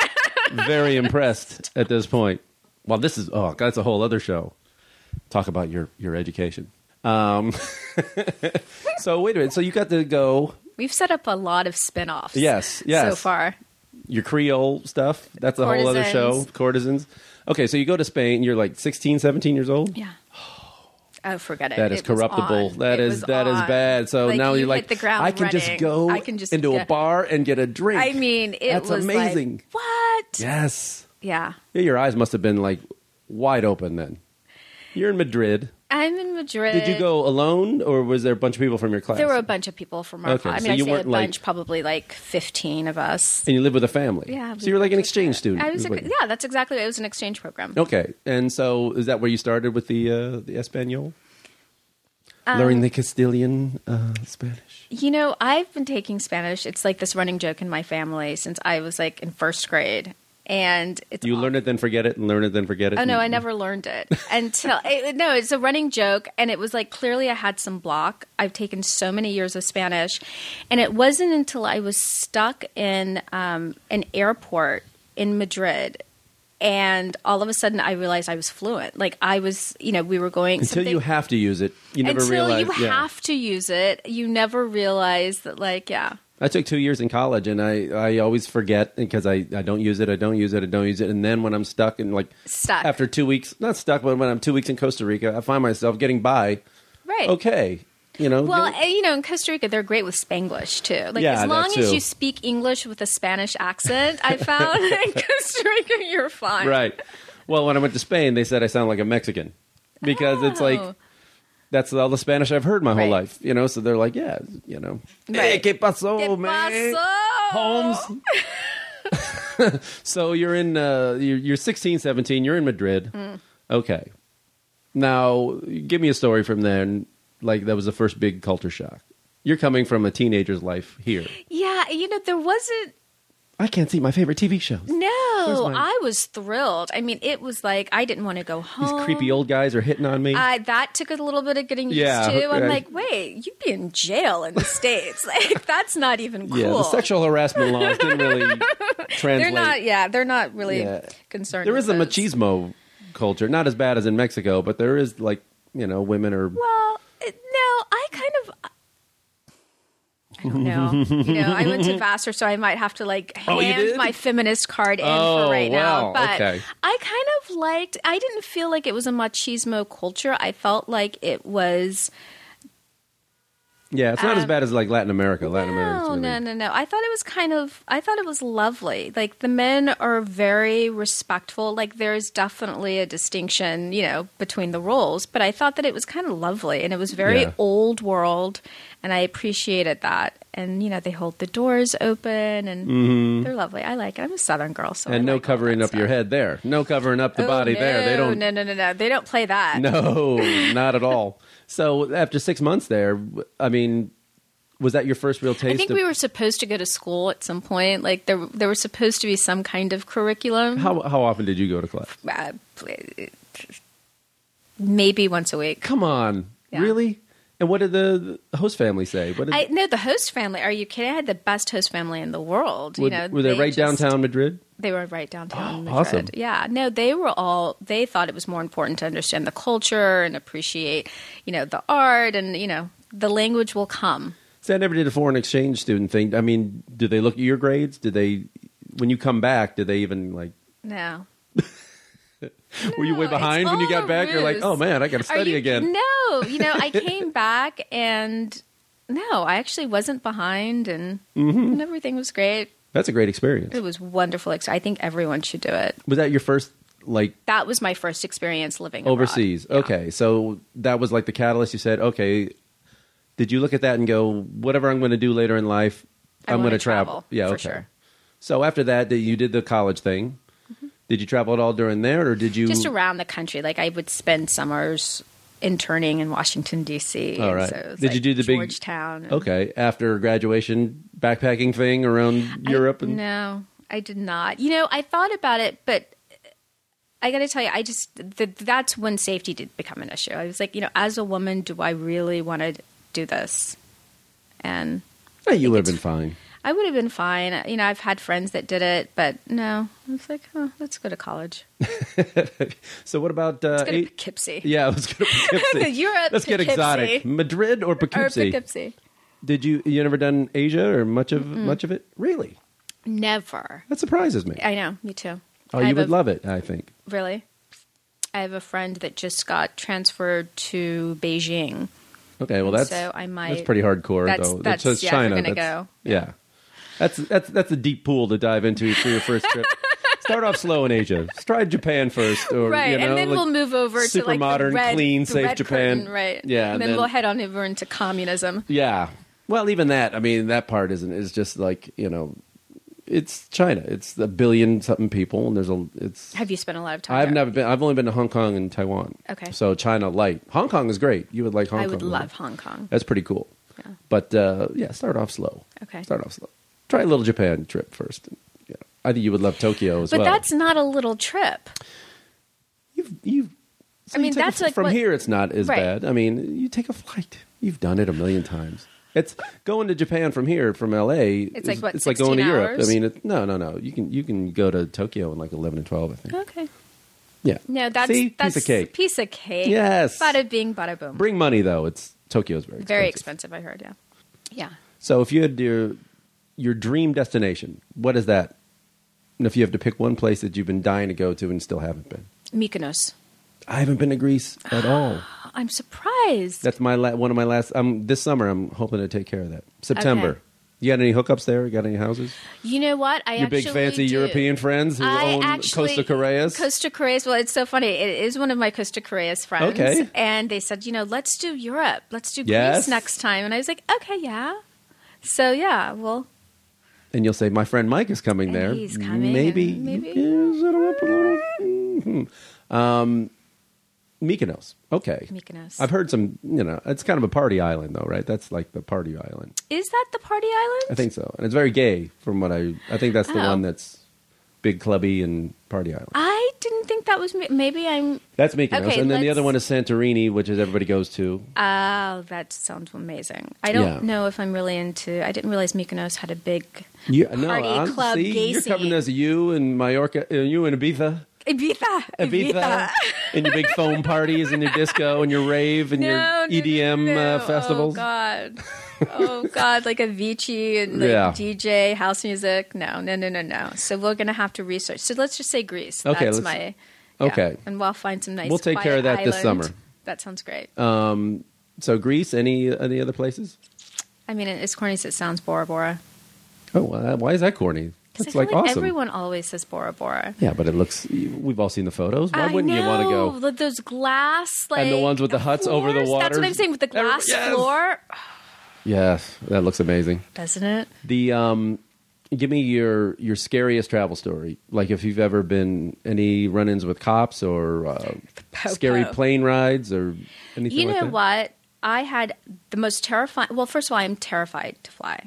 be very impressed at this point. Well, this is oh, that's a whole other show. Talk about your your education. Um, so wait a minute. So you got to go
We've set up a lot of spin offs.
Yes, yes.
So far.
your Creole stuff. That's a whole other show.
Courtesans.
Courtesans. Okay, so you go to Spain. You're like 16, 17 years old.
Yeah. Oh, forget it.
That is
It was
corruptible.
on.
That
It
is
was
that is
on.
bad. So
Like,
now
you
you're like,
hit the ground
I can just
running.
go
I can just
into a
get-
bar and get a drink.
I mean, it
That's
was like,
amazing.
what?
yes.
Yeah.
Yeah, Your eyes must have been like wide open then. You're in Madrid.
I'm in Madrid.
Did you go alone, or was there a bunch of people from your class?
Uh, There were a bunch of people from our
Okay,
class. I
so
mean, I
you
say a
weren't, like-
bunch, probably like 15 of us.
and you live with a family.
Yeah,
So you were like an exchange student.
I was,
is
a,
what you-
yeah, that's exactly. It was an exchange program.
Okay, and so is that where you started with the uh, the Espanol?
Um,
Learning the Castilian uh, Spanish.
You know, I've been taking Spanish. It's like this running joke in my family since I was like in first grade, and it's
You
aw-
learn it, then forget it, and learn it, then forget it.
Oh no, I
and-
never learned it until it, no. It's a running joke, and it was like clearly I had some block. I've taken so many years of Spanish, and it wasn't until I was stuck in um, an airport in Madrid, and all of a sudden I realized I was fluent. Like I was, you know, we were going
Until you
something-
have to use it, you never
until
realize.
you
yeah.
have to use it. You never realize that, like, yeah.
I took two years in college, and I, I always forget because I, I don't use it, I don't use it, I don't use it, and then when I'm stuck and like
Stuck.
after two weeks, not stuck, but when I'm two weeks in Costa Rica, I find myself getting by.
Right.
Okay, you know.
Well,
you know-
and, you know, in Costa Rica, they're great with Spanglish too. Like
Yeah,
as
that
long as
too.
you speak English with a Spanish accent, I found in Costa Rica you're fine.
right. Well, when I went to Spain, they said I sound like a Mexican because it's like
Oh.
that's all the Spanish I've heard my whole
Right.
life, you know. So they're like, yeah, you know, hey,
Right.
qué pasó,
¿Qué
Oh, man?
pasó?
Holmes. so you're in uh, you're, you're 16, 17. You're in Madrid.
Mm.
Okay. Now, give me a story from there. and, Like that was the first big culture shock. You're coming from a teenager's life here.
Yeah, you know, there wasn't.
I can't see my favorite TV shows.
No,
mine?
I was thrilled. I mean, it was like I didn't want to go
These
home.
creepy old guys are hitting on me.
I, that took a little bit of getting used
Yeah,
to. I'm
okay.
like, wait, you'd be in jail in the states. like that's not even cool.
yeah, the sexual harassment laws didn't really
they're
translate.
not. Yeah, they're not really
Yeah.
concerned.
there
with
is a
those.
machismo culture, not as bad as in Mexico, but there is like you know women are
Well, it, no, I kind of. I don't know. you know, I went to Vassar, so I might have to like
Oh, you
hand
did?
my feminist card in
Oh,
for right
wow,
now. But
okay.
I kind of liked. I didn't feel like it was a machismo culture. I felt like it was.
yeah. It's not as bad as like Latin America. Latin America.
Uh, No, no, no, no. I thought it was kind of. I thought it was lovely. Like the men are very respectful. Like there's definitely a distinction, you know, between the roles. But I thought that it was kind of lovely, and it was very
Yeah.
old world, and I appreciated that. And you know, they hold the doors open, and they're lovely. I like it. I'm a Southern girl, so I
Mm-hmm. and no
like all
covering
that
up your
stuff.
head there. No covering up the
Oh,
body there. They
no,
don't.
No, no, no, no. They don't play that.
No, not at all. So after six months there, I mean, was that your first real taste?
I think
of,
we were supposed to go to school at some point. Like there, there was supposed to be some kind of curriculum.
How how often did you go to class?
uh, maybe once a week.
Come on,
Yeah.
really? And what did the the host family say? What did,
I no the host family. Are you kidding? I had the best host family in the world.
would-
you know,
were they, right
just-
downtown Madrid?
They were right downtown. in Madrid.
awesome.
Yeah. No, they were all. They thought it was more important to understand the culture and appreciate, you know, the art and you know the language will come.
See, I never did a foreign exchange student thing. I mean, do they look at your grades? Did they when you come back? Did they even like?
No.
were you way
No, it's
behind when you
all
got
a
back? You're like,
ruse.
oh man, I got to
Are
study
you-
again.
No, you know, I came back and no, I actually wasn't behind, and,
Mm-hmm.
and everything was great.
That's a great experience.
It was wonderful. Ex- I think everyone should do it.
Was that your first like
That was my first experience living abroad.
overseas?
Yeah.
Okay, so that was like the catalyst. You said, okay, Did you look at that and go, whatever I'm going to do later in life,
I
I'm
wanna
going to travel.
travel,
Yeah,
for
okay.
sure. Mm-hmm.
So after that, that you did the college thing. Did you travel at all during there, or did you
just around the country. Like I would spend summers interning in Washington D.C.
All
and
right.
so it was
Did you
like
do the big-
Georgetown? and-
Okay, after graduation backpacking thing around
I-
Europe and
no, I did not. You know, I thought about it, but I got to tell you, I just th- that's when safety did become an issue. I was like, you know, as a woman, do I really want to do this? And
Hey, you would have been
it's-
fine.
I would have been fine. You know, I've had friends that did it, but no, I was like, oh, let's go to college.
So what about uh,
Let's go to
eight?
Poughkeepsie
Yeah, let's go to Poughkeepsie.
Europe,
Let's get exotic.
Poughkeepsie.
Madrid or
or
Poughkeepsie?
Poughkeepsie.
Did you you never done Asia or much of much of it? Really?
Never.
That surprises me.
I know, me too.
oh,
I
you
have
would
a-
love it, I think.
Really? I have a friend that just got transferred to Beijing.
Okay, well that's
so I might-
that's pretty hardcore
That's-
though.
that's-
just
yeah, if we're
China.
gonna
that's-
go.
Yeah. That's that's that's a deep pool to dive into for your first trip. Start off slow in Asia. Try Japan first, or
right,
you know,
and then
like-
we'll move over
super
to like
modern,
the red,
clean,
the
safe
red
Japan.
curtain, right?
Yeah,
and,
and
then,
then-
we'll head on over into communism.
Yeah. Well, even that. I mean, that part isn't. It's just like you know, it's China. It's a billion something people, and there's a. It's.
Have you spent a lot of time?
I've
there?
never been. I've only been to Hong Kong and Taiwan.
Okay.
So China light. Hong Kong is great. You would like Hong
I
Kong.
would
right?
love Hong Kong.
That's pretty cool.
Yeah.
But uh, yeah, start off slow.
Okay.
Start off slow. Try a little Japan trip first. Yeah. I think you would love Tokyo as
But
well.
that's not a little trip.
you've you've. so
I
you
mean,
take a
that's
fl-
like
from
what-
here. It's not as
Right.
bad. I mean, you take a flight. You've done it a million times. It's going to Japan from here from L.A.
It's like,
is-
what,
It's like going to
16
Europe. I
hours?
mean, it, no, no, no. You can you can go to Tokyo in like eleven and twelve. I think.
Okay.
Yeah.
No, that's
See?
that's
piece of cake.
Piece of cake.
Yes.
Bada bing, bada boom.
Bring money though. It's Tokyo's very
Very expensive, I heard. Yeah. Yeah.
So if you had your your dream destination, what is that? And if you have to pick one place that you've been dying to go to and still haven't been,
Mykonos. Oh,
I haven't been to Greece
Ah.
at all.
I'm surprised.
That's my la- one of my last. Um, this summer I'm hoping to take care of that. September.
Okay.
You got any hookups there? You got any houses?
You know what? I
Your
actually
big fancy
do.
European friends who
I
own
actually-
Costa Correas.
Costa Correas. Well, it's so funny. It is one of my Costa Correas friends.
Okay.
And they said, you know, let's do Europe. Let's do
Yes.
Greece next time. And I was like, okay, yeah. So yeah, well,
and you'll say, "My friend Mike is coming
And
there.
he's coming,
Maybe,
and maybe-
you can set him up a little." Mhm. Um, Mykonos. Okay.
Mykonos.
I've heard some. You know, it's kind of a party island, though, right? That's like the party island.
is that the party island?
I think so, and it's very gay. From what I, I think that's the
Oh.
one that's big, clubby, and party island.
I didn't think that was. Mi- Maybe I'm.
That's Mykonos,
Okay,
and then the
let's-
other one is Santorini, which is everybody goes to.
Oh, that sounds amazing. I don't
Yeah.
know if I'm really into. I didn't realize Mykonos had a big
You,
party
Uh, I'm-
club
see,
gay
you're coming
scene.
as you and Mallorca, uh, you and Ibiza.
Ibiza.
Ibiza and your big foam parties and your disco and your rave and
No, no,
your EDM
no, no.
Uh, festivals.
Oh God! Oh God! Like Avicii and like
Yeah.
DJ house music. No, no, no, no, no. So we're gonna have to research. So let's just say Greece.
Okay,
That's
let's-
my yeah.
okay.
And we'll find some nice.
We'll take
quiet
care of that this
island.
summer. Uh,
That sounds great.
So Greece, any any other places?
I mean, as corny as it sounds, Bora Bora.
Oh, why why is that corny?
'Cause I
That's
feel
like, awesome.
Everyone always says Bora Bora.
Yeah, but it looks. We've all seen the photos. Why
I
wouldn't you want to
know,
go?
like Those glass, like
And the ones with the huts over the
floors. That's what I'm
waters.
saying with the glass
Everybody- Yes!
floor,
Yes, that looks amazing.
doesn't it?
The um, give me your your scariest travel story. Like if you've ever been any run-ins with cops or uh,
Popo.
scary plane rides or anything.
You
like
know
that?
what? I had the most terrifying. Well, first of all, I'm terrified to fly.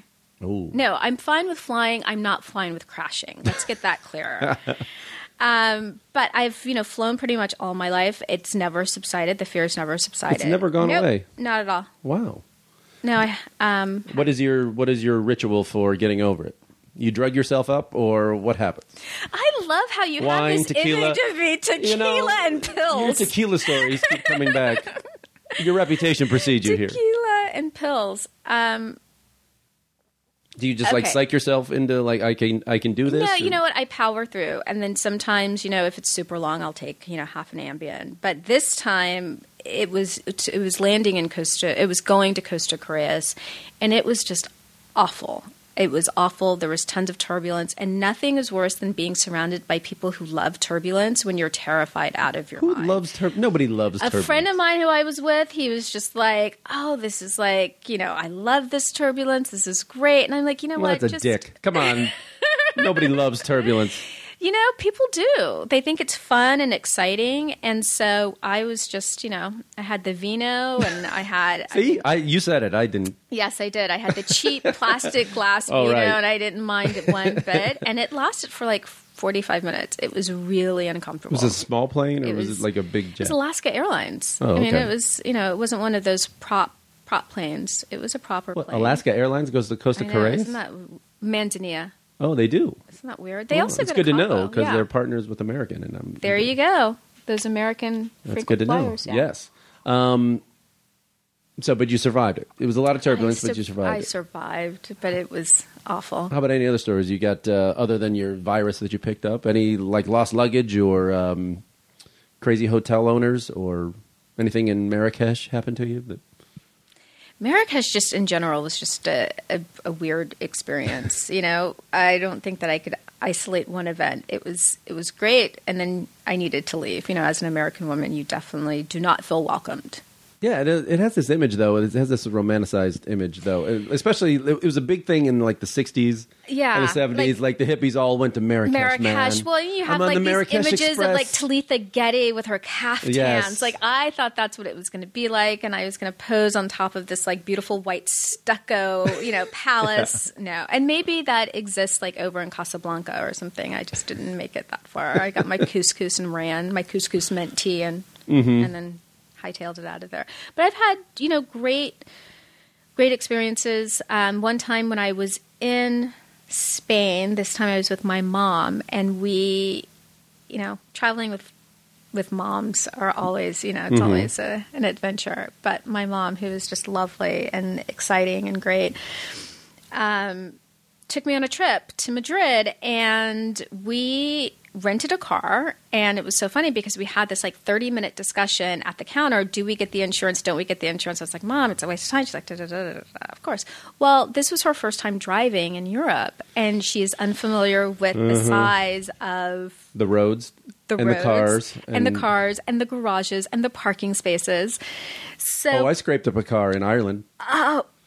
Ooh.
No, I'm fine with flying. I'm not fine with crashing. Let's get that clearer. um, but I've you know flown pretty much all my life. It's never subsided. The fear's never subsided.
never gone
Nope,
away.
Not at all.
Wow.
No, I um,
What is your what is your ritual for getting over it? You drug yourself up, or what happens?
I love how you
Wine,
have this
tequila.
image of me, tequila
You know,
and
Your
pills.
tequila stories keep coming back. Your reputation precedes you here.
Tequila and pills. Um,
Do you just like
Okay.
psych yourself into like I can I can do this?
no,
or-
you know what? I power through, and then sometimes, you know, if it's super long, I'll take you know half an Ambien. But this time, it was it was landing in Costa. It was going to Costa Correas, and it was just awful. It was awful. There was tons of turbulence, and nothing is worse than being surrounded by people who love turbulence when you're terrified out of your
Who
mind.
loves tur- Nobody loves
a friend of mine who I was with, he was just like, "Oh, this is like, you know, I love this turbulence. This is great." And I'm like, "You know
Well,
what?
that's a
just
dick. Come on. Nobody loves turbulence.
you know, people do. They think it's fun and exciting. And so I was just, you know, I had the vino and I had.
See, I, you said it. I didn't.
Yes, I did. I had the cheap plastic glass
Oh,
vino
right.
and I didn't mind it one bit. And it lasted for like 45 minutes. It was really uncomfortable.
Was it a small plane or
It
was,
was-
it like a big
It was
jet?
Alaska Airlines.
Oh,
I mean,
okay.
it was, you know, it wasn't one of those prop prop planes. It was a proper
What,
plane.
Alaska Airlines goes to Costa
I know,
Correa?
Isn't that Manzanilla?
oh, they do.
Isn't that weird? They
Oh,
also
it's
got
good
a
to know
combo.
because
Yeah.
they're partners with American, and I'm
There you go. Those American
Mm-hmm. That's
frequent
good to
flyers.
know.
yeah.
Yes. Um, so, but you survived it. It was a lot of turbulence,
I
but you
sur-
survived.
I
it.
survived, but it was awful.
How about any other stories you got uh, other than your virus that you picked up? Any like lost luggage or um, crazy hotel owners or anything in Marrakesh happened to you? That,
Marrakesh, just in general, was just a, a, a weird experience. you know, I don't think that I could isolate one event. It was it was great, and then I needed to leave. You know, as an American woman, you definitely do not feel welcomed.
yeah, it, it has this image though. It has this romanticized image though. It- especially, it, it was a big thing in like the '60s.
Yeah,
and the seventies, like, the hippies all went to Marrakesh.
Marrakesh.
man.
Well, you
I'm
have
on
like
the
these
Marrakesh
images of like
Express.
Talitha Getty with her caftans.
Yes.
Like I thought that's what it was going to be like, and I was going to pose on top of this like beautiful white stucco, you know, palace. No, and maybe that exists like over in Casablanca or something. I just didn't make it that far. I got my couscous and ran. My couscous meant tea, and and then hightailed it out of there. But I've had you know great great experiences. Um, one time when I was in Spain, this time I was with my mom, and we, you know, traveling with with moms are always, you know, it's always a, an adventure. But my mom, who is just lovely and exciting and great, um, took me on a trip to Madrid, and we rented a car. And it was so funny because we had this like 30 minute discussion at the counter do we get the insurance? Don't we get the insurance? I was like, Mom, it's a waste of time. She's like, da, da, da, da, da, da. Of course. Well, this was her first time driving in Europe, and she is unfamiliar with the size of
the roads,
the
and
roads
the cars,
and, the cars and the garages and the parking spaces.
Oh,
So
I scraped up a car in Ireland.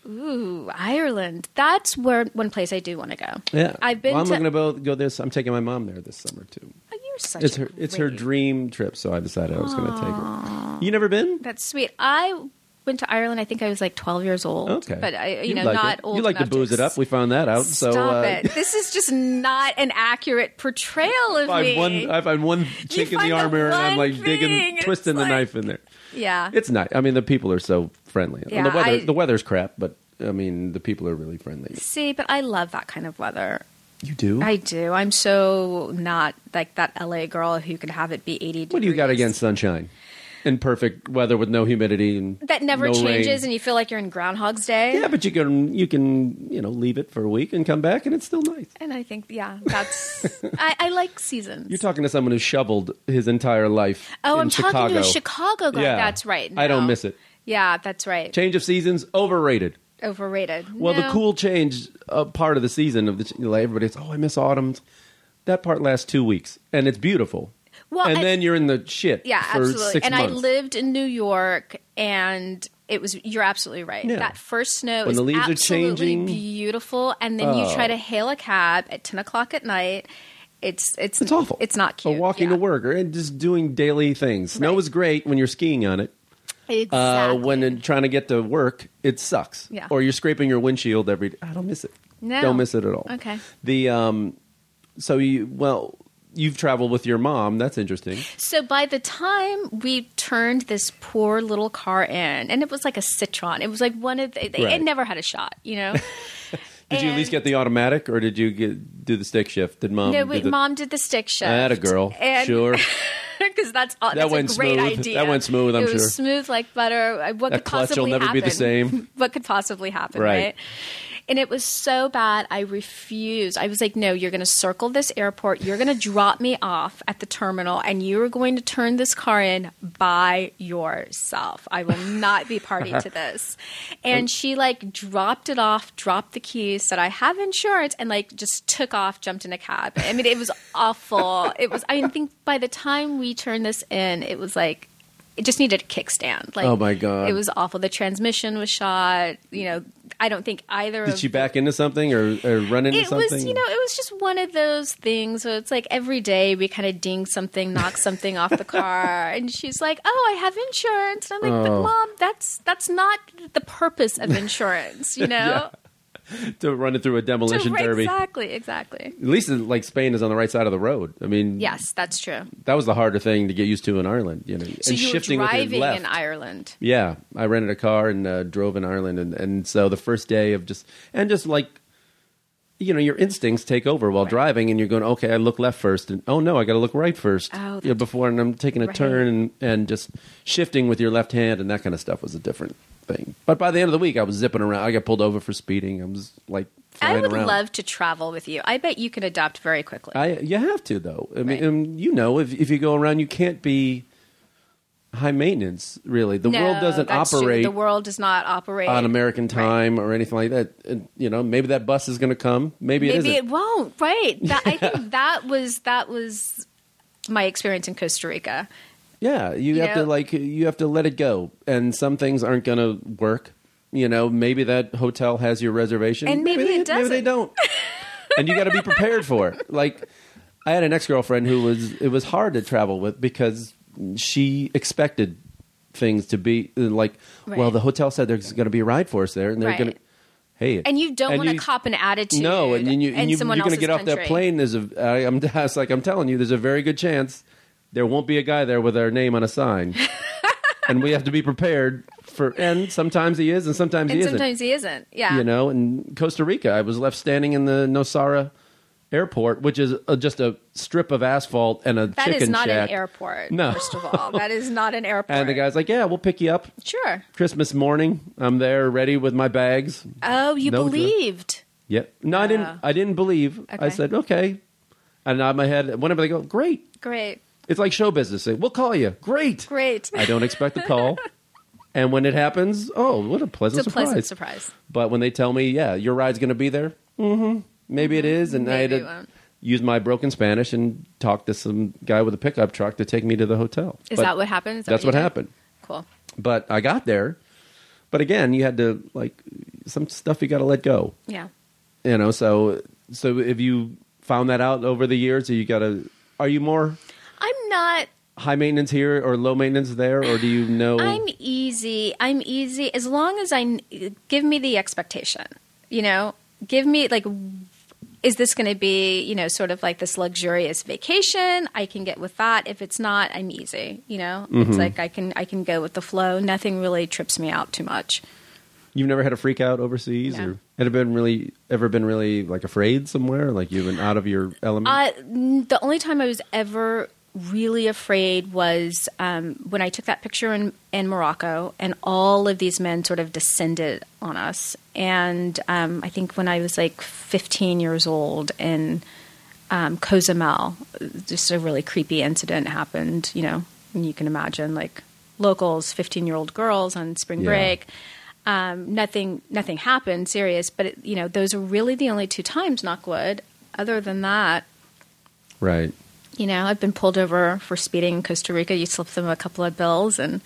ooh, Ireland. That's where one place I do want to go.
Yeah,
I've been
Well, I'm
to-
going to go, go this. I'm taking my mom there this summer too.
Oh, you're such
It's
a
her. It's her
great-
dream trip, so I decided I was going to take her. You never been?
That's sweet. I went to Ireland. I think I was like 12 years old.
Okay,
but I, you, know,
like
not
it.
old.
You like to
enough
booze it up. We found that out.
Stop
so uh,
it. This is just not an accurate portrayal of
I
me.
find one. I find one chink in
find
the
the
armor, and I'm
one
like
thing,
digging,
it's
twisting the
like-
knife in there.
yeah.
It's nice. I mean, the people are so friendly. And
Yeah,
the weather.
I-
the weather's crap, but I mean, the people are really friendly.
See, but I love that kind of weather.
You do.
I do. I'm so not like that LA girl who can have it be 80 degrees.
what do you got against sunshine and perfect weather with no humidity and
that never
no
changes
rain?
and you feel like you're in Groundhog's Day?
Yeah, but you can you can you know leave it for a week and come back and it's still nice.
And I think, yeah, that's. I, I like seasons.
You're talking to someone who shoveled his entire life.
oh,
in
I'm
Chicago.
talking to a Chicago girl.
Yeah.
That's right.
I don't
no.
miss it.
Yeah, that's right.
Change of seasons overrated.
Overrated.
Well, the
No.
cool change uh, part of the season of the you know, everybody's oh I miss autumn. That part lasts two weeks and it's beautiful.
Well,
and
I-
then you're in the shit.
Yeah,
for
absolutely.
Six
and
months.
I lived in New York, and it was. You're absolutely right.
Yeah.
That first snow
When
is
the leaves are
absolutely
changing. Oh.
beautiful, and then you try to hail a cab at ten o'clock at night. It's it's
It's awful.
It's not cute.
Or walking
yeah.
to work or and just doing daily things. Snow
Right.
is great when you're skiing on it.
Exactly.
Uh, when in- trying to get to work, it sucks.
Yeah.
Or you're scraping your windshield every. I don't miss it.
No.
Don't miss it at all.
Okay.
The um, so you well, you've traveled with your mom. That's interesting.
So by the time we turned this poor little car in, and it was like a Citron. It was like one of the,
Right.
it never had a shot. You know.
Did you at least get the automatic, or did you get do the stick shift? Did mom?
No,
do
wait,
the,
mom did the stick shift.
That a girl.
And-
Sure.
because that's all, that's
went
a great
smooth.
idea.
That went smooth, I'm
it was
sure.
smooth like butter. What
That
could
clutch will
possibly
never
happen?
be the same.
What could possibly happen,
Right.
right? And it was so bad, I refused. I was like, no, you're going to circle this airport. You're going to drop me off at the terminal, and you are going to turn this car in by yourself. I will not be party to this. And she like dropped it off, dropped the keys, said, I have insurance, and like just took off, jumped in a cab. I mean, it was awful. It was, I think by the time we turned this in, it was like, it just needed a kickstand. Like,
Oh, my God.
It was awful. The transmission was shot. You know, I don't think either
Did
of
she back into something or, or run into
it
something?
was you know it was just one of those things where it's like every day we kind of ding something knock something off the car and she's like oh i have insurance and i'm like
Oh.
but mom that's that's not the purpose of insurance you know
to run it through a
So,
demolition
right,
derby.
exactly exactly
At least like Spain is on the right side of the road. I mean,
yes that's true
that was the harder thing to get used to in Ireland, you know.
so
and
you were
shifting with
driving
your left.
in ireland
Yeah, I rented a car and uh, drove in Ireland, and, and so the first day of just and just like, you know, your instincts take over while driving, and you're going, okay, I look left first, and oh no, I got to look right first,
Oh,
you know,
that's-
before, and I'm taking a
Right.
turn and and just shifting with your left hand and that kind of stuff was a different thing. But by the end of the week, I was zipping around. I got pulled over for speeding. I was like, flying
i would
around.
love to travel with you i bet you can adapt very quickly
I you have to though. I mean,
Right.
um, you know, if if you go around, you can't be high maintenance. Really, the
No,
world doesn't
that's true.
operate
the world does not operate
on American time or anything like that. And, you know, maybe that bus is going to come. Maybe, it
maybe
isn't.
it won't right that, i think that was that was my experience in costa rica
yeah, you,
you
have to
know-
like you have to let it go. And some things aren't going to work. You know, maybe that hotel has your reservation,
And maybe
they,
it
Maybe they
doesn't.
don't. and you got to be prepared for it. Like, I had an ex girlfriend who was it was hard to travel with because she expected things to be like, well,
Right.
the hotel said there's going to be a ride for us there, and they're
Right.
going to. Hey,
and you don't
and
want to
you-
cop an attitude.
No, and, you, and you, you're
someone
going to
else's
get off that
country.
plane. There's a, I, I'm I was like, I'm telling you, there's a very good chance there won't be a guy there with our name on a sign, and we have to be prepared for. And sometimes he is, and sometimes
and
he
sometimes he isn't. Yeah,
isn't. You know, in Costa Rica, I was left standing in the Nosara airport, which is uh just a strip of asphalt and a
that is
chicken
not
shack.
an airport.
No.
first of all, that is not an airport.
And the guy's like, "Yeah, we'll pick you up
sure.
Christmas morning. I'm there, ready with my bags.
Oh, you
No,
believed.
Yep. No, I
Ah.
didn't. I didn't believe. I
Okay.
said okay. I nod my head. Whenever they go, great.
Great,
It's like show business. They, we'll call you. Great.
great.
I don't expect a call. and when it happens, oh, what a pleasant
it's a
surprise!
pleasant surprise.
But when they tell me, yeah, your ride's going to be there, mm-hmm. maybe it is, and
Mm-hmm.
I
Maybe it
had to
won't.
use my broken Spanish and talk to some guy with a pickup truck to take me to the hotel.
Is
But
that what happened? Is that
That's what
you did?
happened
Cool.
but I got there. But again, you had to like some stuff you got to let go,
Yeah.
you know. So so if you found that out over the years, you got to. Are you more
I'm not.
high maintenance here or low maintenance there, or do you know?
I'm easy. I'm easy as long as I kn- give me the expectation. You know, give me like is this going to be, you know, sort of like this luxurious vacation? I can get with that. If it's not, I'm easy, you know. It's like I can I can go with the flow. Nothing really trips me out too much.
You've never had a freak out overseas,
No.
or had it been really ever been really like afraid somewhere, like you've been out of your element.
Uh, n- the only time I was ever really afraid was um, when I took that picture in, in Morocco, and all of these men sort of descended on us. And um, I think when I was like 15 years old in um, Cozumel, just a really creepy incident happened, you know, and you can imagine like locals, 15 year old girls on spring
Yeah.
break um, nothing nothing happened serious but it, you know those are really the only two times knockwood other than that
right.
you know i've been pulled over for speeding in costa rica you slip them a couple of bills and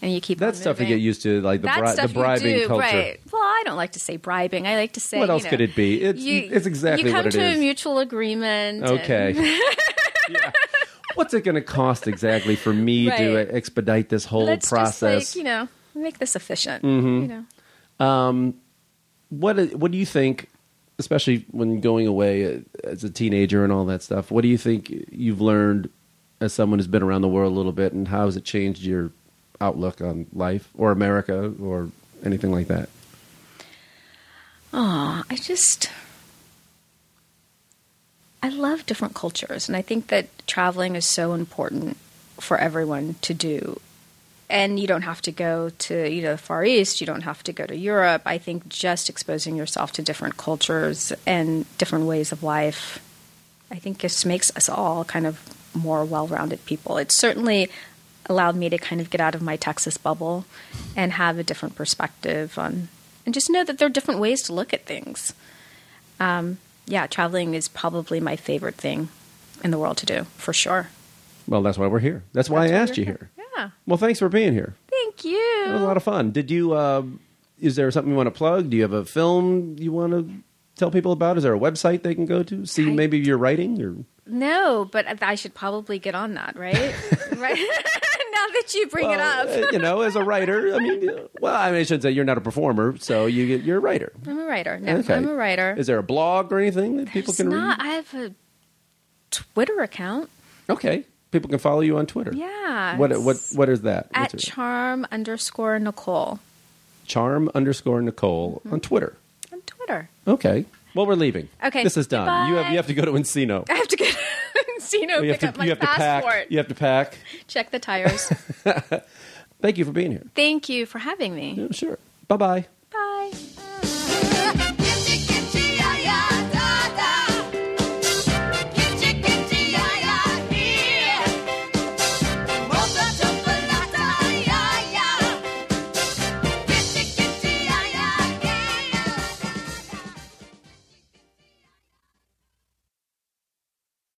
and you keep on
That's stuff to
moving.
get used to, like the,
that
bri-
stuff
the bribing
you do,
culture.
right well i don't like to say bribing i like to say
What
you
else
know,
could it be? It's,
you,
it's exactly
you come
what it is.
to a mutual agreement and-
Okay. Yeah. What's it going to cost exactly for me
Right.
to expedite this whole
let's
process? Mm-hmm.
just like you know make this efficient you know
What What do you think, especially when going away uh, as a teenager and all that stuff? What do you think you've learned as someone who's been around the world a little bit, and how has it changed your outlook on life or America or anything like that?
I just I love different cultures and I think that traveling is so important for everyone to do and you don't have to go to you know the Far East. You don't have to go to Europe. I think just exposing yourself to different cultures and different ways of life, I think just makes us all kind of more well-rounded people. It certainly allowed me to kind of get out of my Texas bubble and have a different perspective on, and just know that there are different ways to look at things. Um, yeah, traveling is probably my favorite thing in the world to do for sure.
Well, that's why we're here. That's why
That's
I
why
asked
we're
you here.
Yeah.
Well, thanks for being here.
Thank you.
It was a lot of fun. Did you? Uh, is there something you want to plug? Do you have a film you want to tell people about? Is there a website they can go to see
I-
maybe your writing or?
No, but I- I should probably get on that, right? right. now that you bring it
Well,
up,
uh, you know, as a writer, I mean, uh, well, I, mean, I should say you're not a performer, so you get, you're a writer.
I'm a writer. No,
Okay.
I'm a writer.
Is there a blog or anything that people
There's
can
not,
read?
I have a Twitter account.
Okay, people can follow you on Twitter.
Yeah.
What
it's
what what is that? What's
At
it?
charm underscore Nicole
Charm underscore Nicole
Mm-hmm.
on Twitter.
on Twitter.
Okay. Well, we're leaving.
Okay,
This is done. You have
goodbye.
you have to go to Encino.
I have to get Encino,
Oh, you have
pick
to
up my
you have to
passport,
pack. You have to pack.
check the tires.
Thank you for being here.
Thank you for having me.
Yeah, sure. Bye bye.
Bye.